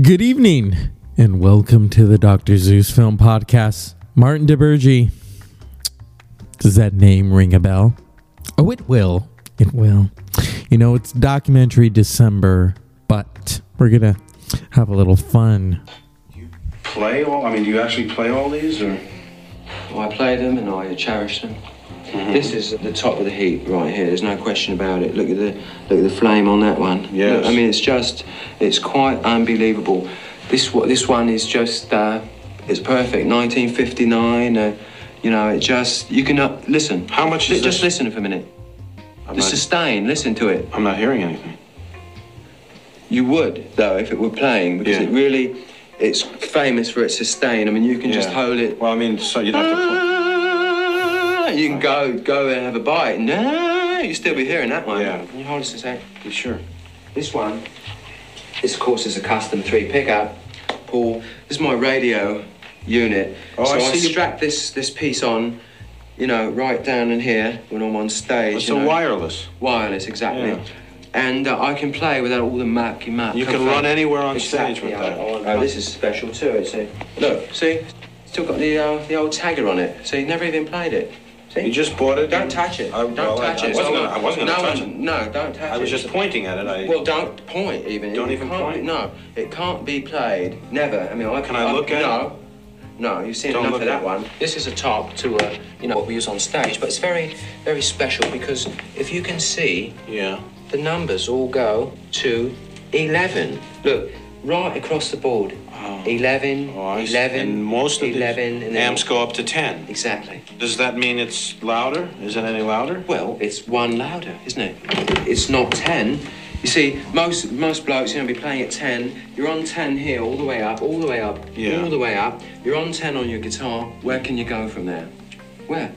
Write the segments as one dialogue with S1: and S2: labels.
S1: Good evening, and welcome to the Dr. Zeus Film Podcast. Martin DeBurgi. Does that name ring a bell? Oh, it will. It will. You know, it's documentary December, but we're going to have a little fun.
S2: play all? I mean, do you actually play all these, or
S3: Well, I play them and I cherish them.
S2: Mm-hmm.
S3: This is at the top of the heap right here. There's no question about it. Look at the look at the flame on that one.
S2: Yes.
S3: Look, I mean, it's just it's quite unbelievable. This wa- this one is just uh, it's perfect. 1959. Uh, you know, it just you can uh, listen.
S2: How much is
S3: Li- Just
S2: this?
S3: listen for a minute.
S2: I'm
S3: the
S2: not,
S3: sustain. Listen to it.
S2: I'm not hearing anything.
S3: You would though if it were playing because
S2: Yeah.
S3: it really it's famous for its sustain. I mean, you can just
S2: Yeah.
S3: hold it
S2: Well, I mean, so you'd have to. Play.
S3: Ah, You can go go and have a bite. No, you still be hearing that one.
S2: Yeah.
S3: Can you hold us a sec?
S2: You sure?
S3: This one, this of course is a custom three pickup. Paul, this is my radio unit.
S2: Oh,
S3: so
S2: I
S3: I,
S2: see.
S3: strap this this piece on, you know, right down in here when I'm on stage.
S2: It's
S3: you
S2: a
S3: know.
S2: wireless.
S3: Wireless, exactly.
S2: Yeah.
S3: And uh, I can play without all the muck and muck.
S2: You can
S3: Comfort.
S2: run anywhere on
S3: Exactly,
S2: stage with
S3: I-
S2: that.
S3: I- I- this is special too. It's a, look, see, still got the uh, the old tagger on it. So you never even played it. See,
S2: You just bought it.
S3: don't
S2: and-
S3: touch it.
S2: I,
S3: don't
S2: well, I-
S3: touch
S2: I
S3: it.
S2: wasn't
S3: So
S2: gonna, I wasn't
S3: no
S2: gonna touch
S3: one-
S2: it.
S3: No, don't touch it.
S2: I was just pointing at it. I,
S3: Well, don't point even.
S2: Don't
S3: It
S2: even
S3: can't be-
S2: point?
S3: no, it can't be played. Never. I mean, I
S2: Can I look at it?
S3: no. No, you've seen
S2: Don't
S3: enough
S2: look
S3: of
S2: at
S3: that
S2: it.
S3: one. This is a top to, uh, you know, what we use on stage, but it's very, very special because if you can see,
S2: yeah.
S3: the numbers all go to 11. Look, right across the board. 11,
S2: Oh, I see.
S3: 11,
S2: And most of
S3: 11,
S2: the
S3: and then...
S2: amps go up to ten.
S3: Exactly.
S2: Does that mean it's louder? Is it any louder?
S3: Well, it's one louder, isn't it? It's not 10. You see, most most blokes, you know, be playing at 10. You're on 10 here, all the way up, all the way up,
S2: Yeah.
S3: all the way up. You're on 10 on your guitar. Where can you go from there? Where?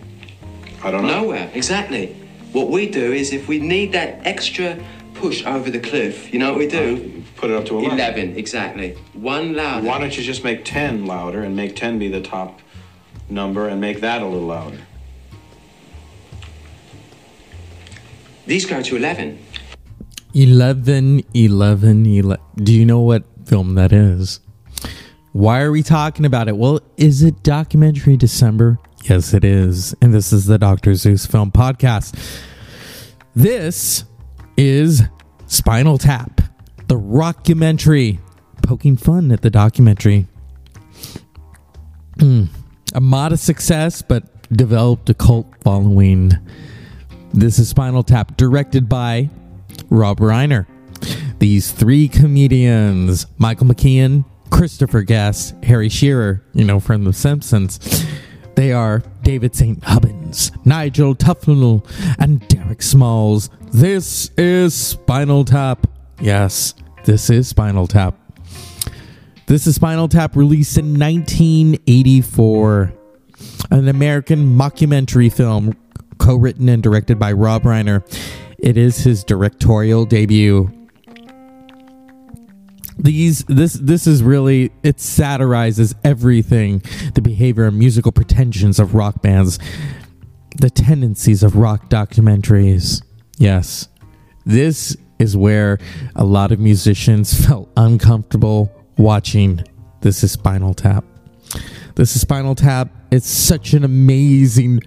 S2: I don't know.
S3: Nowhere, exactly. What we do is if we need that extra push over the cliff, you know what we do?
S2: Put it up to eleven.
S3: 11, exactly. One louder.
S2: Why don't you just make ten louder and make ten be the top number and make that a little louder?
S3: These go to 11.
S1: 11, 11, 11. Do you know what film that is? Why are we talking about it? Well, is it documentary December? Yes, it is. And this is the Dr. Zeus Film Podcast. This is Spinal Tap, the rockumentary, poking fun at the documentary. Hmm. A modest success, but developed a cult following. This is Spinal Tap, directed by Rob Reiner. These three comedians, Michael McKean, Christopher Guest, Harry Shearer, you know, from The Simpsons, they are David St. Hubbins, Nigel Tufnell, and Derek Smalls. This is Spinal Tap. Yes, this is Spinal Tap. This is Spinal Tap, released in 1984 an American mockumentary film co written and directed by Rob Reiner. It is his directorial debut. These this this is really it satirizes everything the behavior and musical pretensions of rock bands, the tendencies of rock documentaries. Yes. This is where a lot of musicians felt uncomfortable watching. This is Spinal Tap. This is Spinal Tap. It's such an amazing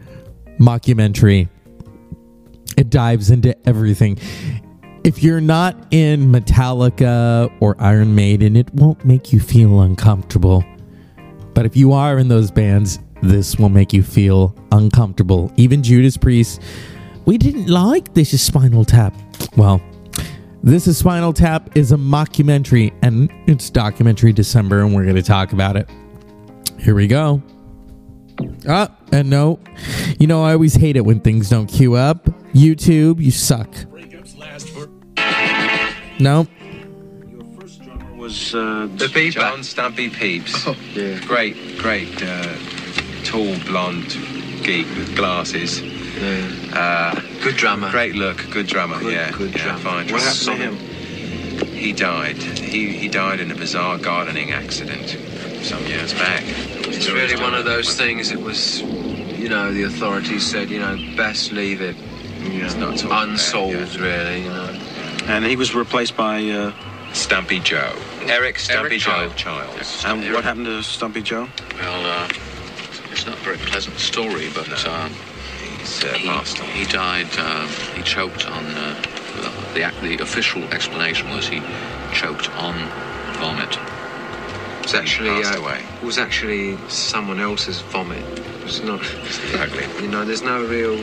S1: mockumentary. It dives into everything. If you're not in Metallica or Iron Maiden, it won't make you feel uncomfortable. But if you are in those bands, this will make you feel uncomfortable. Even Judas Priest, we didn't like this is Spinal Tap. Well, this is Spinal Tap is a mockumentary and it's documentary December and we're going to talk about it. Here we go. Ah, and no. You know, I always hate it when things don't queue up. YouTube, you suck. No.
S2: Was uh,
S4: The Peeps. John Stumpy Peeps. Great, great, uh, tall, blonde geek with glasses. Uh,
S3: Good drummer.
S4: great look, good drummer.
S3: Good-
S4: yeah,
S3: good
S4: yeah,
S3: drummer.
S4: fine
S2: what
S4: drummer.
S2: happened to him?
S4: He died. He he died in a bizarre gardening accident some years back.
S3: It's really one of those things. It was, you know, the authorities said, you know, best leave it
S2: Yeah.
S4: It's not talked about,
S3: unsolved, really. You know.
S2: And he was replaced by uh,
S4: Stumpy Joe. Eric Stumpy
S5: Eric
S4: Joe
S5: Child.
S4: Childs.
S2: And
S5: Eric.
S2: what happened to Stumpy Joe?
S5: Well, uh, it's not a very pleasant story, but um,
S4: He's uh,
S5: he,
S4: passed on.
S5: he died. Um, he choked on. Uh, well, the ac- the official explanation was he choked on vomit.
S6: was actually uh,
S4: passed away.
S6: It was actually someone else's vomit. It was not.
S4: Exactly.
S6: You know, there's no real.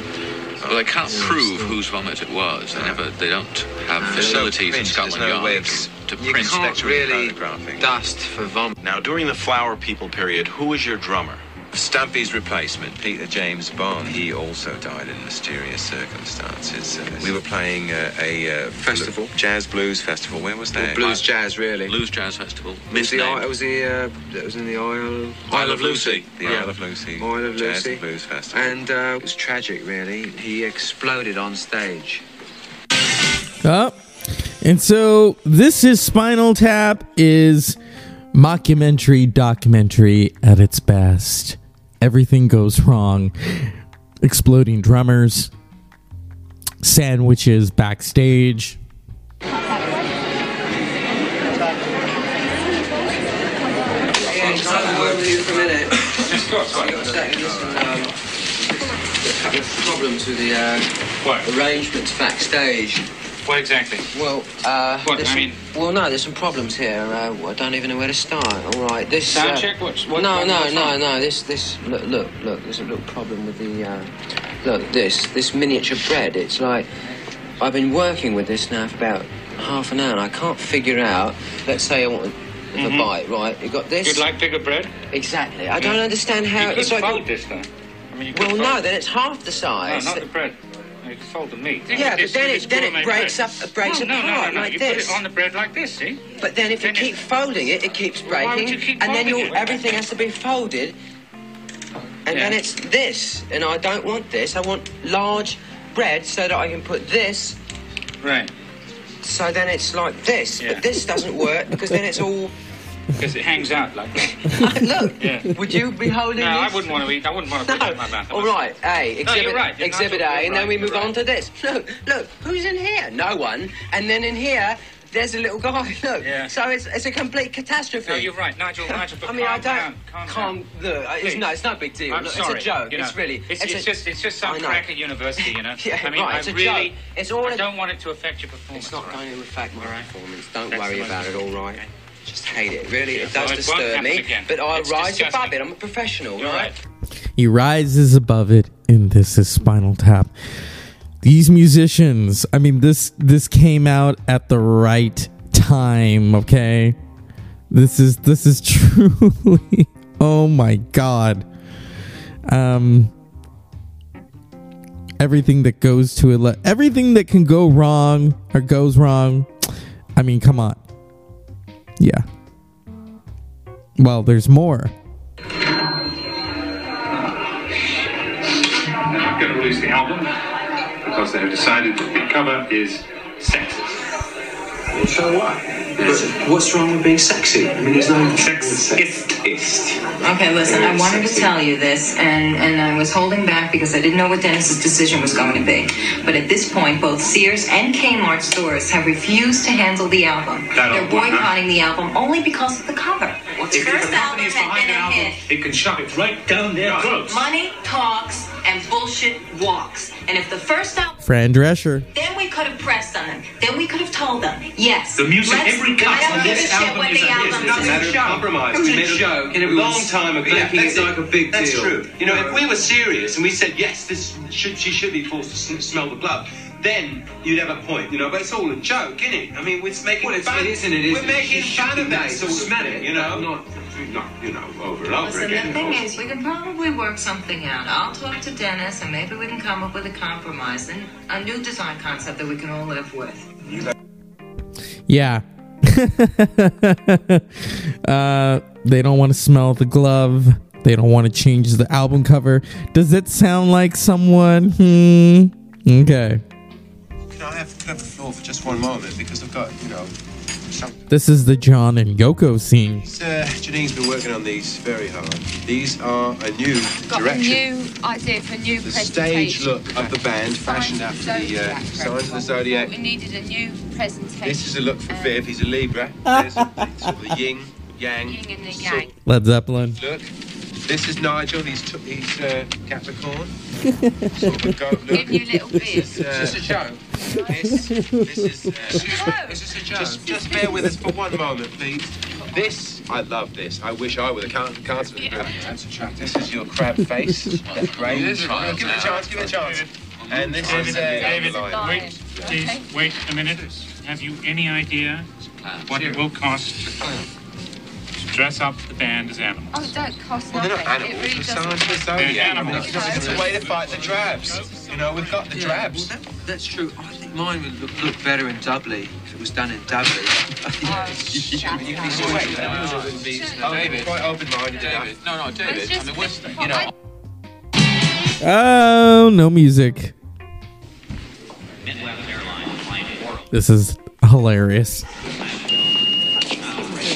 S5: Well, they can't
S6: Yeah,
S5: prove
S6: so-
S5: whose vomit it was. They never. They don't have
S4: There's no
S5: facilities in
S4: print, there's
S5: Scotland
S4: no
S5: Yard
S4: way of-
S5: to, to
S6: You
S5: print.
S6: can't
S4: spectrum
S6: really
S4: photographing.
S6: dust for vomit.
S2: Now, during the Flower People period, who was your drummer?
S4: Stumpy's replacement, Peter James Bond, he also died in mysterious circumstances. Uh, we were playing uh, a uh,
S6: Festival.
S4: jazz blues festival. Where was that?
S6: Blues jazz, really.
S5: Blues Jazz Festival.
S6: It was the
S5: misnamed.
S6: I- it was the uh, it was in the Isle of
S5: Isle of Lucy.
S4: The Isle of Lucy.
S6: Isle of
S4: jazz
S6: Lucy.
S4: and blues festival.
S6: And uh, it was tragic, really. He exploded on stage.
S1: Up. Ah. And so this is Spinal Tap is mockumentary documentary at its best. Everything goes wrong. Exploding drummers, sandwiches backstage.
S3: couple of problems with the uh, arrangements backstage.
S7: What exactly?
S3: Well, uh,
S7: What,
S3: there's
S7: I
S3: some-
S7: mean-
S3: well, no, there's some problems here. Uh, I don't even know where to start. All right, this
S7: Sound
S3: uh,
S7: check? What's- what-
S3: no,
S7: what-
S3: no,
S7: what's
S3: no,
S7: wrong?
S3: no. This, this. Look, look, look. There's a little problem with the. Uh, look, this, this miniature bread. It's like I've been working with this now for about half an hour. and I can't figure out. Let's say I want a a bite, right? You got this.
S7: Mm-hmm. You'd like bigger bread?
S3: exactly. I don't understand how
S7: you could
S3: Uh, it's like.
S7: fold this, though. I mean, you could
S3: Well, no,
S7: fold-
S3: then it's half the
S7: no,
S3: size.
S7: not the bread. You could fold the meat.
S3: Yeah, but
S7: This-
S3: then
S7: this
S3: it- then it
S7: gourmet
S3: breaks
S7: bread.
S3: up- it breaks
S7: no, no, No, no,
S3: apart
S7: no,
S3: like
S7: you
S3: this.
S7: put it on the bread like this, see?
S3: But then if you
S7: Then
S3: keep
S7: it's-
S3: folding it, it keeps
S7: Why would
S3: breaking,
S7: you keep
S3: and then
S7: folding
S3: you
S7: it?
S3: everything has to be folded, and then
S7: Yeah.
S3: it's this, and I don't want this. I want large bread so that I can put this.
S7: Right.
S3: So then it's like this,
S7: Yeah.
S3: but this doesn't work because then it's all.
S7: Because it hangs out like that.
S3: Look,
S7: Yeah.
S3: would you be holding
S7: No,
S3: this?
S7: I wouldn't want to eat. I wouldn't want to put it in my mouth.
S3: No. All right, A,
S7: No, you're
S3: exhibit,
S7: right. You're
S3: exhibit A,
S7: not-
S3: and then
S7: you're
S3: we
S7: right,
S3: move
S7: you're
S3: on to this. Look, look, who's in here? No one. And then in here, there's a little guy. Look.
S7: Yeah.
S3: So it's, it's a complete catastrophe.
S7: No, you're right, Nigel. Nigel, but
S3: I mean,
S7: calm
S3: I don't.
S7: Down, calm down.
S3: Look, I- it's,
S7: Please.
S3: no, it's no big deal.
S7: I'm
S3: Look,
S7: sorry.
S3: It's a joke.
S7: you know.
S3: it's really.
S7: It's, it's,
S3: a-
S7: just, it's just
S3: I
S7: some
S3: know.
S7: crack at university, you know.
S3: Yeah,
S7: I mean,
S3: right,
S7: I
S3: it's a
S7: really.
S3: joke. It's all
S7: I
S3: a-
S7: don't want it to affect your performance.
S3: It's not
S7: all right?
S3: going to affect my
S7: All right.
S3: performance. Don't
S7: That's
S3: worry
S7: the
S3: about it,
S7: most
S3: all
S7: important,
S3: right?
S7: okay?
S3: Just hate it. Really,
S7: Yeah,
S3: it
S7: well,
S3: does
S7: it won't
S3: disturb
S7: happen
S3: me.
S7: again.
S3: But I
S7: It's
S3: rise
S7: disgusting.
S3: above it. I'm a professional,
S7: You all
S3: right?
S7: right?
S1: He rises above it, and this is Spinal Tap. These musicians, I mean, this this came out at the right time, okay? This is this is truly oh my god. Um everything that goes to ele- everything that can go wrong or goes wrong. I mean, come on. Yeah. Well, there's more.
S8: I'm going to release the album because they have decided that the cover is sexist.
S9: So what? But what's wrong with being sexy? I mean, there's no
S8: Sexist.
S10: Okay, listen, I wanted to tell you this, and, and I was holding back because I didn't know what Dennis's decision was going to be. But at this point, both Sears and Kmart stores have refused to handle the album.
S8: That
S10: They're
S8: don't work, huh?
S10: boycotting the album only because of the cover.
S8: If the company is behind an album, it can shove it right down their throats.
S10: Money talks and bullshit walks. And if the first album,
S1: Fran Drescher.
S10: then we could have pressed on them. Then we could have told them, yes.
S8: The music,
S10: let's-
S8: every cut
S10: I don't
S8: on
S10: give
S8: this
S10: a shit
S8: album
S10: what
S8: is
S10: the
S8: a- is-
S10: album
S8: is a
S10: is.
S8: matter
S9: of compromise.
S10: It was a
S9: joke, and it was long time ago. making Yeah, it that's like a big that's deal. true. You know, if we were serious and we said yes, this should she should be forced to sm- smell the blood, then you'd have a point. You know, but it's all a joke, isn't it? I mean, we're just making
S6: Well, it's-
S9: fun.
S6: it isn't, it
S9: We're
S6: isn't.
S9: making
S6: She
S9: fun
S6: should
S9: of
S6: be
S9: that
S6: made
S9: sort
S6: to
S9: of
S6: smell
S9: thing.
S6: it,
S9: You know,
S6: but not-
S9: not you know over and over
S10: Listen,
S9: again.
S10: the thing is, we can probably work something out. I'll talk to Dennis, and maybe we can come up with a compromise and a new design concept that we can all live with.
S1: Yeah. uh, they don't want to smell the glove. They don't want to change the album cover. Does it sound like someone? Hmm. Okay.
S9: Can I have the floor for just one moment because I've got you know
S1: This is the John and Yoko scene.
S4: Uh, Janine's been working on these very hard. These are a new
S11: Got
S4: direction.
S11: a new idea for a new
S4: the stage
S11: presentation.
S4: look of the band, fashioned
S11: Signs
S4: after
S11: of
S4: the uh,
S11: Zodiac, for
S4: signs of the
S11: example.
S4: zodiac.
S11: We needed a new presentation.
S4: This is a look for
S11: Um,
S4: Viv. He's a Libra. There's sort of the yin, yang.
S11: Yin and the yang.
S1: Led Zeppelin.
S4: Look, this is Nigel. He's t- he's uh, Capricorn. Sort of a goat look.
S11: Give you little bits.
S4: This is, uh,
S11: Just a joke.
S4: This, this is. Uh, this is a joke. Just, just bear with us for one moment, please. This, I love this. I wish I were the car- cardsman. This is your crab face. That brain. Give it a chance. Give it a chance. And this
S9: David,
S4: is uh,
S9: David,
S4: Dandelion.
S9: wait, please, wait a minute. Have you any idea what it will cost to dress up the band as animals?
S11: Oh, don't cost
S4: Well,
S11: nothing.
S4: they're not
S11: it
S4: animals,
S11: really
S4: they're
S11: doesn't.
S4: signs of the
S9: They're
S4: zodiac. I mean,
S9: animals.
S4: it's- it's a way to fight the drabs. You know, we've got the drabs.
S12: That's true. I think mine would look, look better in Dudley if it was done in Dudley.
S4: You can see David. Quite open-minded. David.
S5: No, no, David. I mean, we're, you know,
S1: Oh, no music. This is hilarious.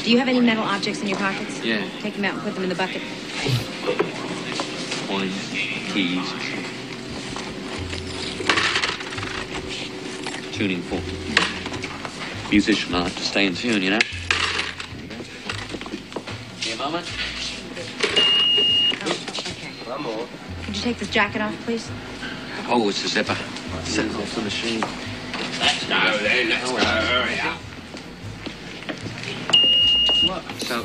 S10: Do you have any metal objects in your pockets?
S5: Yeah.
S10: Take them out and put them in the bucket.
S4: Oh,
S5: coins, keys, tuning fork. Musician, I have to stay in tune, you know. Here, moment.
S4: One more.
S10: Could you take this jacket off, please?
S5: Oh, it's a zipper. Sends off the machine.
S13: Let's go then, let's go. Hurry up.
S5: So,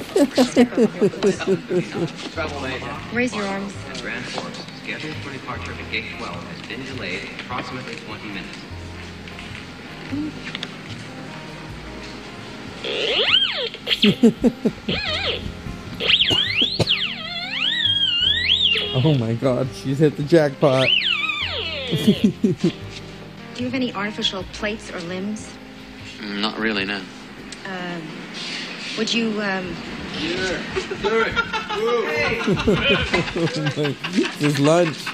S10: Raise your arms.
S3: Grand Forks, scheduled for departure at gate 12, has been delayed approximately 20 minutes.
S1: Oh my god, she's hit the jackpot.
S10: Do you have any artificial plates or limbs?
S5: mm, not really, no.
S10: Um, would you, um...
S1: this is lunch.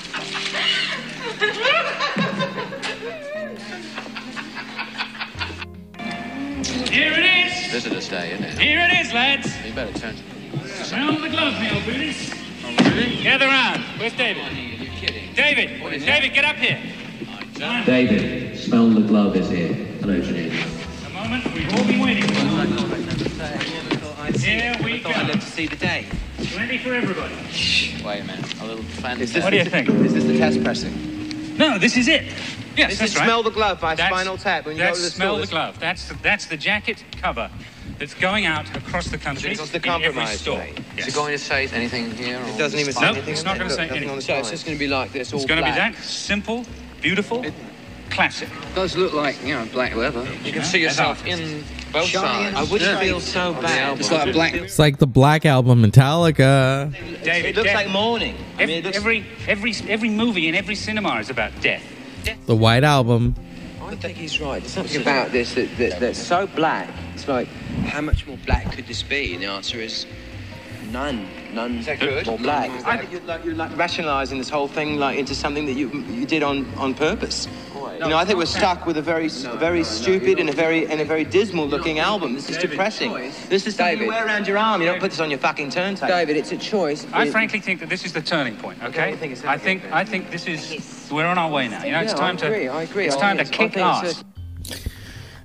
S9: Here it is.
S5: Visitor stay, isn't it?
S9: Here it is, lads.
S5: You better turn to
S9: Round the glove now, Brutus. Gather round. Where's David? You're kidding. David, David, get up here.
S3: David, smell the glove is here. Hello, Janine.
S9: A moment, we've all been waiting for. Here we go. I
S3: to see the day.
S9: Ready for everybody.
S5: Wait a minute. A little fancy.
S9: What do you think?
S3: Is this the test pressing?
S9: No, this is it. Yes,
S3: This
S9: that's
S3: is
S9: right.
S3: Smell the Glove by
S9: That's-
S3: Spinal Tap. When you go
S9: that's
S3: to the store,
S9: smell the
S3: this-
S9: glove. That's the, that's the jacket cover that's going out across the country
S3: It's the
S9: in every
S3: compromise,
S9: store.
S3: mate.
S9: Yes.
S5: Is it going to say anything here? Or
S3: It doesn't even say
S9: no,
S3: anything
S9: it's
S3: on
S9: not going
S3: it.
S9: to say
S3: Nothing
S9: anything.
S3: on the So it's sign. just
S9: going to be like this. It's
S3: all
S9: going to be
S3: black.
S9: that simple, beautiful, classic.
S5: does look like, you know, black leather. You can see yourself in both sides.
S3: I wouldn't feel so bad.
S5: It's like a black.
S1: It's like the Black Album Metallica.
S9: David, it looks like mourning. Every, every every every movie in every cinema is about death.
S1: The White Album.
S14: I think he's right. There's something
S12: It's
S14: about this that, that, that's so black. It's like, how much more black could this be? And the answer is none. None is that
S3: good?
S14: more black.
S3: I think
S14: you're like, you're like rationalising this whole thing like into something that you you did on, on purpose.
S3: You know, I think we're stuck with a very, a very stupid and a very and a very dismal looking album. This is depressing. This is something you wear around your arm. You don't put this on your fucking turntable.
S14: David, it's a choice.
S9: I
S14: It-
S9: frankly think that this is the turning point.
S14: I
S9: Okay,
S14: don't think it's
S9: I think I think this is we're on our way now. You know, it's
S14: Yeah, I
S9: time
S14: agree,
S9: to
S14: I agree.
S9: it's
S14: I
S9: time to
S14: think it's- I
S9: kick
S14: think it's
S9: ass.
S14: a-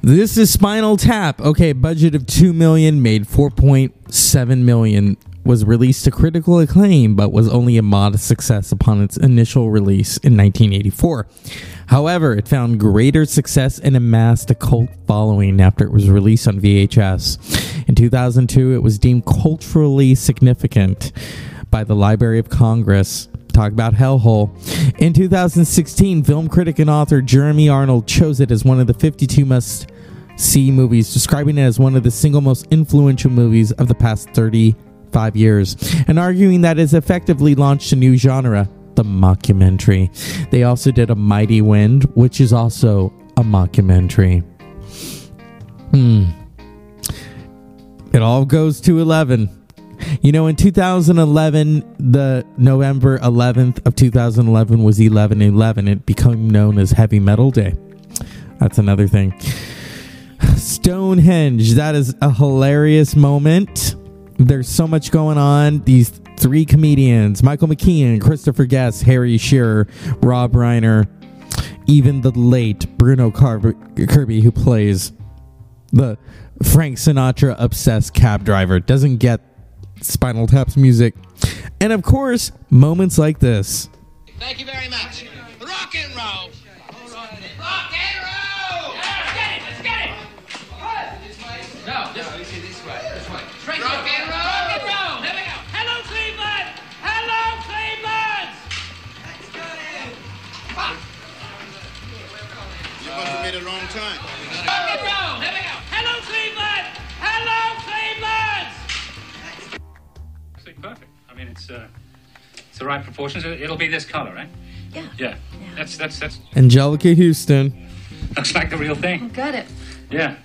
S1: This is Spinal Tap. Okay, budget of 2 million made 4.7 million was released to critical acclaim but was only a modest success upon its initial release in 1984. However, it found greater success and amassed a cult following after it was released on VHS. In 2002, it was deemed culturally significant by the Library of Congress. Talk about hellhole. In 2016, film critic and author Jeremy Arnold chose it as one of the 52 must see movies, describing it as one of the single most influential movies of the past 35 years, and arguing that it's effectively launched a new genre, the mockumentary. They also did A Mighty Wind, which is also a mockumentary. Hmm. It all goes to 11. You know, in 2011, the November 11th of 2011 was 11 11. It became known as Heavy Metal Day. That's another thing. Stonehenge. That is a hilarious moment. There's so much going on. These three comedians Michael McKean, Christopher Guest, Harry Shearer, Rob Reiner, even the late Bruno Car- Kirby, who plays the Frank Sinatra obsessed cab driver, doesn't get Spinal Tap's music. And of course, moments like this.
S7: Thank you very much. Rock and roll. Rock and roll. Let's get it. Let's get it. No, this way. This way. This way. Rock and roll. Rock and roll. Here we go. Hello, Cleveland. Hello, Cleveland. Let's get it. You must have made a wrong time. Rock and roll. Here we go. Hello, Cleveland. Hello, Cleveland.
S9: Absolutely perfect. I mean, it's uh, it's the right proportions. It- It'll be this color, right? Yeah. Yeah. That's that's that's
S1: Angelica Houston.
S9: looks like the real thing.
S15: Got it.
S9: Yeah.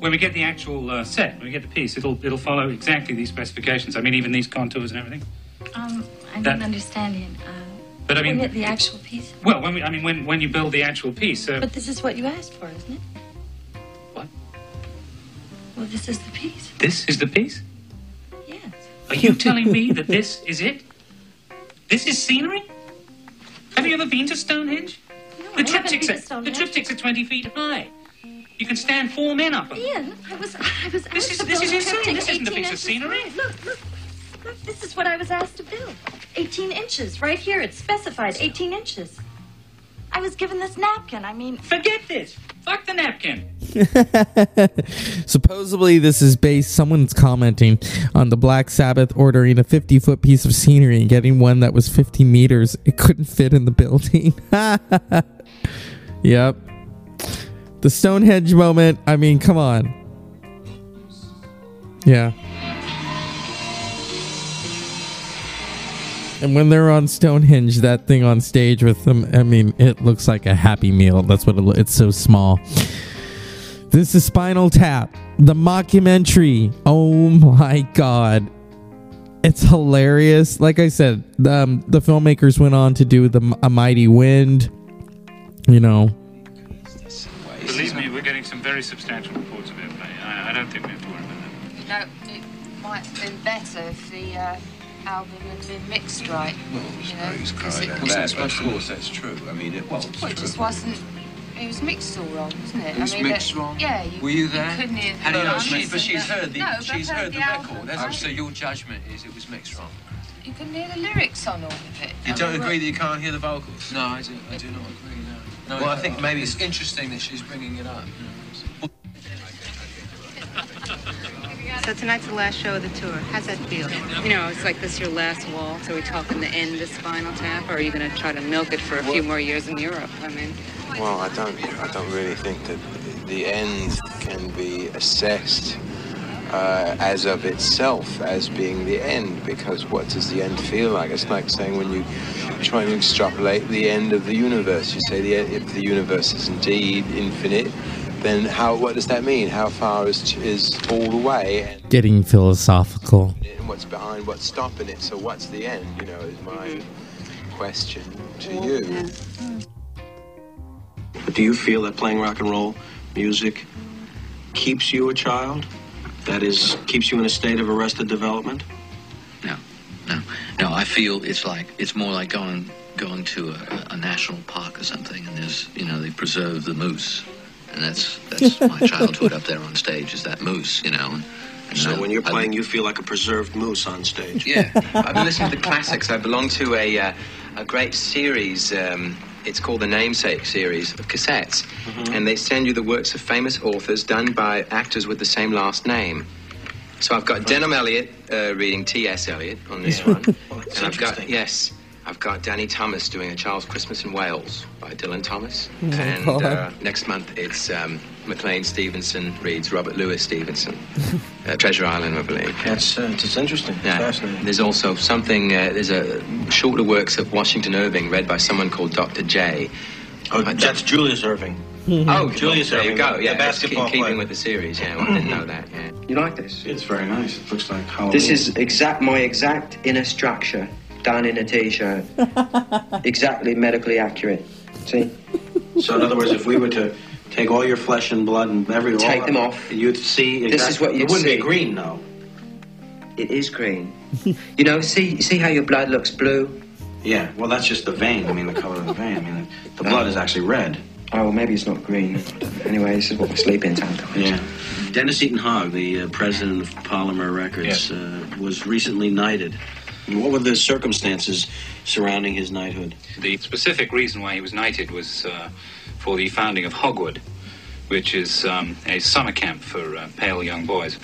S9: When we get the actual uh, set, when we get the piece, it'll it'll follow exactly these specifications. I mean, even these contours and everything.
S16: Um, I
S9: That-
S16: don't understand him. Uh,
S9: But I mean,
S16: isn't it the actual piece?
S9: well, when we, I mean, when when you build the actual piece, uh,
S16: But this is what you asked for, isn't it?
S9: What?
S16: Well, this is the piece.
S9: This is the piece? Yes. Are you telling me that this is it? This is scenery? Have you ever been to Stonehenge? the
S16: I haven't been
S9: triptychs
S16: to
S9: are
S16: Stonehenge.
S9: the triptychs are twenty feet high. You can stand four men up. 'em.
S16: Ian, I was, I was asked
S9: This is-
S16: to
S9: this
S16: build
S9: is
S16: a
S9: insane.
S16: triptych
S9: This isn't a
S16: 18
S9: piece of
S16: inches
S9: scenery.
S16: wide. Look, look, look. This is what I was asked to build. 18 inches, right here. It's specified 18 inches. I was given this napkin. I mean,
S9: forget this. Fuck the napkin.
S1: Supposedly, this is based. Someone's commenting on the Black Sabbath ordering a 50 foot piece of scenery and getting one that was 50 meters. It couldn't fit in the building. yep. The Stonehenge moment. I mean, come on. Yeah. And when they're on Stonehenge, that thing on stage with them, I mean, it looks like a Happy Meal. That's what it looks. It's so small. This is Spinal Tap, the mockumentary. Oh my god. It's hilarious. Like I said, um, the filmmakers went on to do the A Mighty Wind, you know.
S9: Believe me, we're getting some very substantial reports of airplay. I, I don't think we have to worry about that.
S15: You know, it might have been better if the uh, album had been mixed right. you know,
S17: He's
S15: because
S17: crying
S15: it,
S17: out
S15: wasn't
S17: loud, but
S15: supposed
S17: of
S15: to-
S17: course that's true. I mean, it was
S15: Well, it
S17: true.
S15: just wasn't. It was mixed all wrong, wasn't it?
S17: It was
S15: I mean,
S17: mixed
S15: that-
S17: wrong?
S15: Yeah. You,
S17: Were you there?
S15: couldn't hear the
S17: How do you know?
S15: drums
S17: She- but
S15: and
S17: she's
S15: the-
S17: heard the-
S15: no, but
S17: she's
S15: I've
S17: heard the
S15: album.
S17: record, hasn't
S15: I-
S17: she?
S15: You,
S17: So your judgment is it was mixed wrong.
S15: couldn't hear the lyrics on all of it.
S17: You
S15: I
S17: don't
S15: mean,
S17: agree that you can't hear the vocals? No, I do. I do not agree. No. well, I think maybe it's Mm. interesting that she's bringing it up.
S10: So tonight's the last show of the tour. How's that feel? You know, it's like this your last waltz. Are we talking the end of Spinal Tap, or are you going to try to milk it for a few more years in Europe? I mean,
S4: Well, I don't, I don't really think that the end can be assessed uh, as of itself as being the end, because what does the end feel like? It's like saying when you try and extrapolate the end of the universe, you say the end, if the universe is indeed infinite, then how? What does that mean? How far is is all the way? And
S1: Getting philosophical.
S4: and what's behind, what's stopping it. So what's the end? You know, is my question to you.
S18: Do you feel that playing rock and roll music keeps you a child? That is, keeps you in a state of arrested development?
S5: No, I feel it's like it's more like going going to a, a national park or something, and there's you know they preserve the moose, and that's that's my childhood up there on stage is that moose, you know. And
S18: So when you're playing, you feel like a preserved moose on stage. Yeah, I've been listening to the classics. I belong
S3: to a, uh, a great series. Um, it's called the Namesake series of cassettes, and they send you the works of famous authors done by actors with the same last name. So I've got Denham Elliot uh, reading T.S. Eliot on this one, and I've got yes, I've got Danny Thomas doing A Child's Christmas in Wales by Dylan Thomas,
S5: Oh, my
S3: and
S5: God.
S3: uh, next month it's um, McLean Stevenson reads Robert Louis Stevenson, uh, Treasure Island, I believe.
S18: That's uh, it's interesting.
S3: Yeah. There's also something, uh, there's a shorter works of Washington Irving read by someone called Dr. J.
S18: Oh, that's Julius Irving.
S3: Oh,
S18: Julius
S3: there you
S18: Irving,
S3: go.
S18: the
S3: Yeah, that's
S18: basketball
S3: in keeping
S18: player.
S3: with the series. Yeah, well, I didn't know that. Yeah.
S19: You like this? It's very nice. It looks like Halloween.
S20: This is exact my exact inner structure down in a t-shirt. exactly medically accurate. See?
S18: So in other words, if we were to
S5: Take all your flesh and blood and every
S3: Take
S5: all-
S3: them off.
S5: You'd see.
S3: This is
S5: exactly-
S3: what you'd
S5: It wouldn't
S3: see.
S5: be green though.
S3: It is green. you know, see see how your blood looks blue?
S5: Yeah. Well, that's just the vein. I mean, the color of the vein. I mean, the blood is actually red.
S3: Oh, well, maybe it's not green. Anyway, this is what we sleep in sometimes.
S5: Yeah. Dennis Eaton Hogg, the uh, president of Polymer Records, uh, was recently knighted. And What were the circumstances surrounding his knighthood?
S7: The specific reason why he was knighted was uh, for the founding of Hogwood, which is um, a summer camp for uh, pale young boys.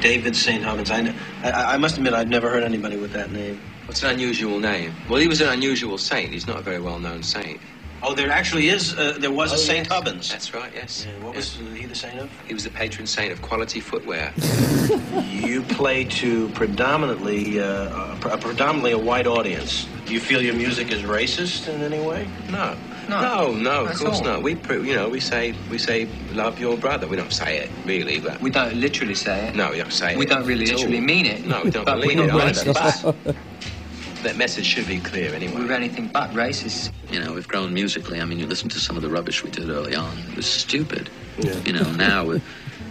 S5: David St. Hubbins. I, kn- I, I must admit, I've never heard anybody with that name.
S4: What's an unusual name? Well, he was an unusual saint. He's not a very well-known saint.
S5: Oh, there actually is. Uh, there was
S4: Oh,
S5: a St.
S4: yes.
S5: Hubbins.
S4: That's right. Yes.
S5: what was he the saint of?
S4: He was the patron saint of quality footwear.
S5: You play to predominantly, uh, a pre- a predominantly a white audience. Do you feel your music is racist in any way?
S4: No. No, no, of
S5: That's
S4: course
S5: all.
S4: not. We, pr- you know, we say we say love your brother. We don't say it really, but we
S3: don't literally say it.
S4: No, we don't say it.
S3: We don't really
S4: at all.
S3: literally mean it,
S4: No, we don't
S3: but
S4: believe
S3: we're
S4: it.
S3: not
S4: either,
S3: racist.
S4: but that message should be clear anyway.
S3: We're anything but racist.
S21: You know, we've grown musically. I mean, you listen to some of the rubbish we did early on. It was stupid. You know, now, we're,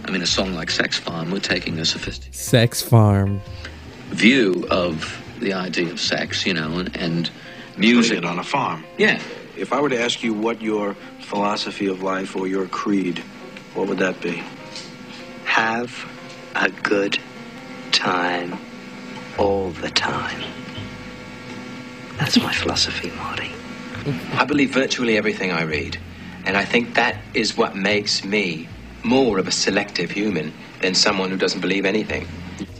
S21: I mean, a song like Sex Farm, we're taking a sophisticated
S1: Sex Farm.
S21: view of the idea of sex, you know, and, and music.
S5: on a farm.
S21: Yeah.
S5: If I were to ask you what your philosophy of life or your creed, what would that be?
S3: Have a good time all the time.
S4: That's my philosophy, Marty. I believe virtually everything I read, and I think that is what makes me more of a selective human than someone who doesn't believe anything.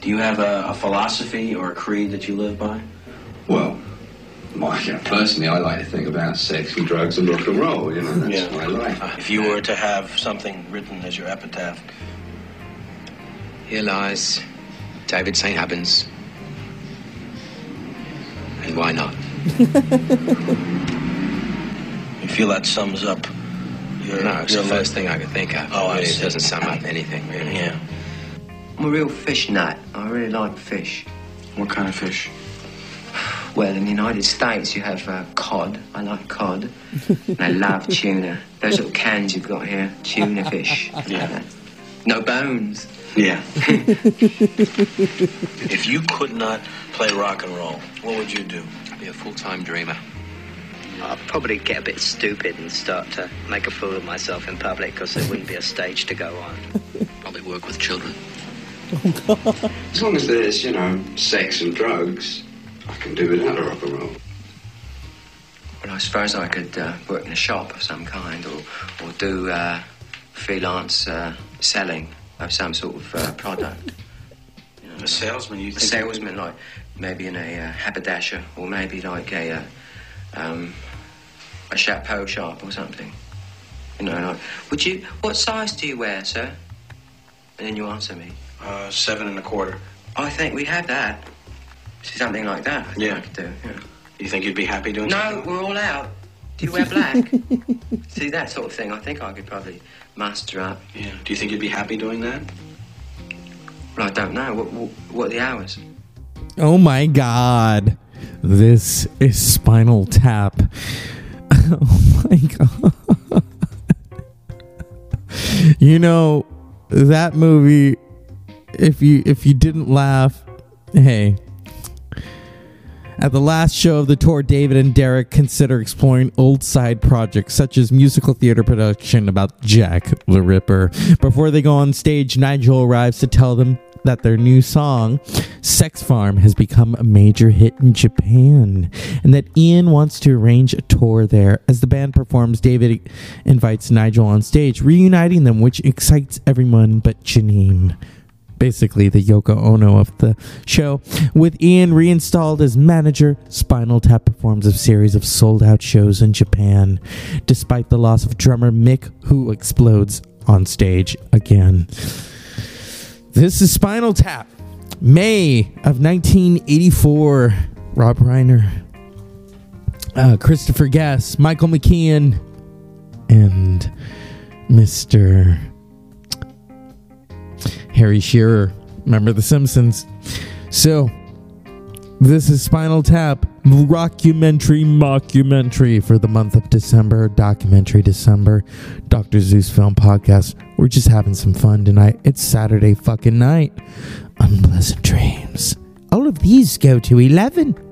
S5: Do you have a, a philosophy or a creed that you live by?
S22: Well, my, you know, personally, I like to think about sex and drugs and rock and roll. You know, that's my life.
S5: If you were to have something written as your epitaph,
S4: Here lies David St. Hubbins. And why not?
S5: you feel that sums up your.
S4: no, it's
S5: your
S4: the
S5: life.
S4: first thing I could think of.
S5: Oh, I
S4: Really, it
S5: see.
S4: doesn't sum up anything, really.
S5: Yeah.
S3: I'm a real fish nut. I really like fish.
S5: What kind of fish?
S3: Well, in the United States, you have uh, cod. I like cod. and I love tuna. Those little cans you've got here, tuna fish.
S5: Yeah.
S3: No bones.
S5: Yeah. if you could not play rock and roll, what would you do?
S4: Be a full time dreamer.
S23: I'd probably get a bit stupid and start to make a fool of myself in public because there wouldn't be a stage to go on.
S21: Probably work with children.
S22: As long as there's, you know, sex and drugs, I can do without rock and roll.
S3: Well, I suppose I could uh, work in a shop of some kind or, or do uh, freelance uh, selling of some sort of uh, product. You know,
S5: a salesman, you
S3: A salesman, like maybe in a uh, haberdasher or maybe like a, uh, um, a chapeau shop or something. You know, like, would you, what size do you wear, sir? And then you answer me.
S5: Uh, seven and a quarter.
S3: I think we have that. See, something like that. I think
S5: Yeah.
S3: I could do. Yeah.
S5: You think you'd be happy doing something?
S3: No, we're all out. Do you wear black? See, that sort of thing. I think I could probably muster up.
S5: Yeah. Do you think you'd be happy doing that?
S3: Well, I don't know. What, what, what are the hours?
S1: Oh my god. This is Spinal Tap. Oh my god. you know that movie if you if you didn't laugh, hey. At the last show of the tour, David and Derek consider exploring old side projects such as musical theater production about Jack the Ripper. Before they go on stage, Nigel arrives to tell them that their new song, Sex Farm, has become a major hit in Japan and that Ian wants to arrange a tour there. As the band performs, David invites Nigel on stage, reuniting them, which excites everyone but Janine basically the Yoko Ono of the show. With Ian reinstalled as manager, Spinal Tap performs a series of sold out shows in Japan, despite the loss of drummer Mick, who explodes on stage again. This is Spinal Tap, May of 1984. Rob Reiner, uh, Christopher Guest, Michael McKean, and Mr. Harry Shearer. Remember The Simpsons. So, This is Spinal Tap, rockumentary mockumentary for the month of December, documentary December, Dr. Zeus Film Podcast. We're just having some fun tonight. It's Saturday fucking night. Unpleasant dreams. All of these go to 11.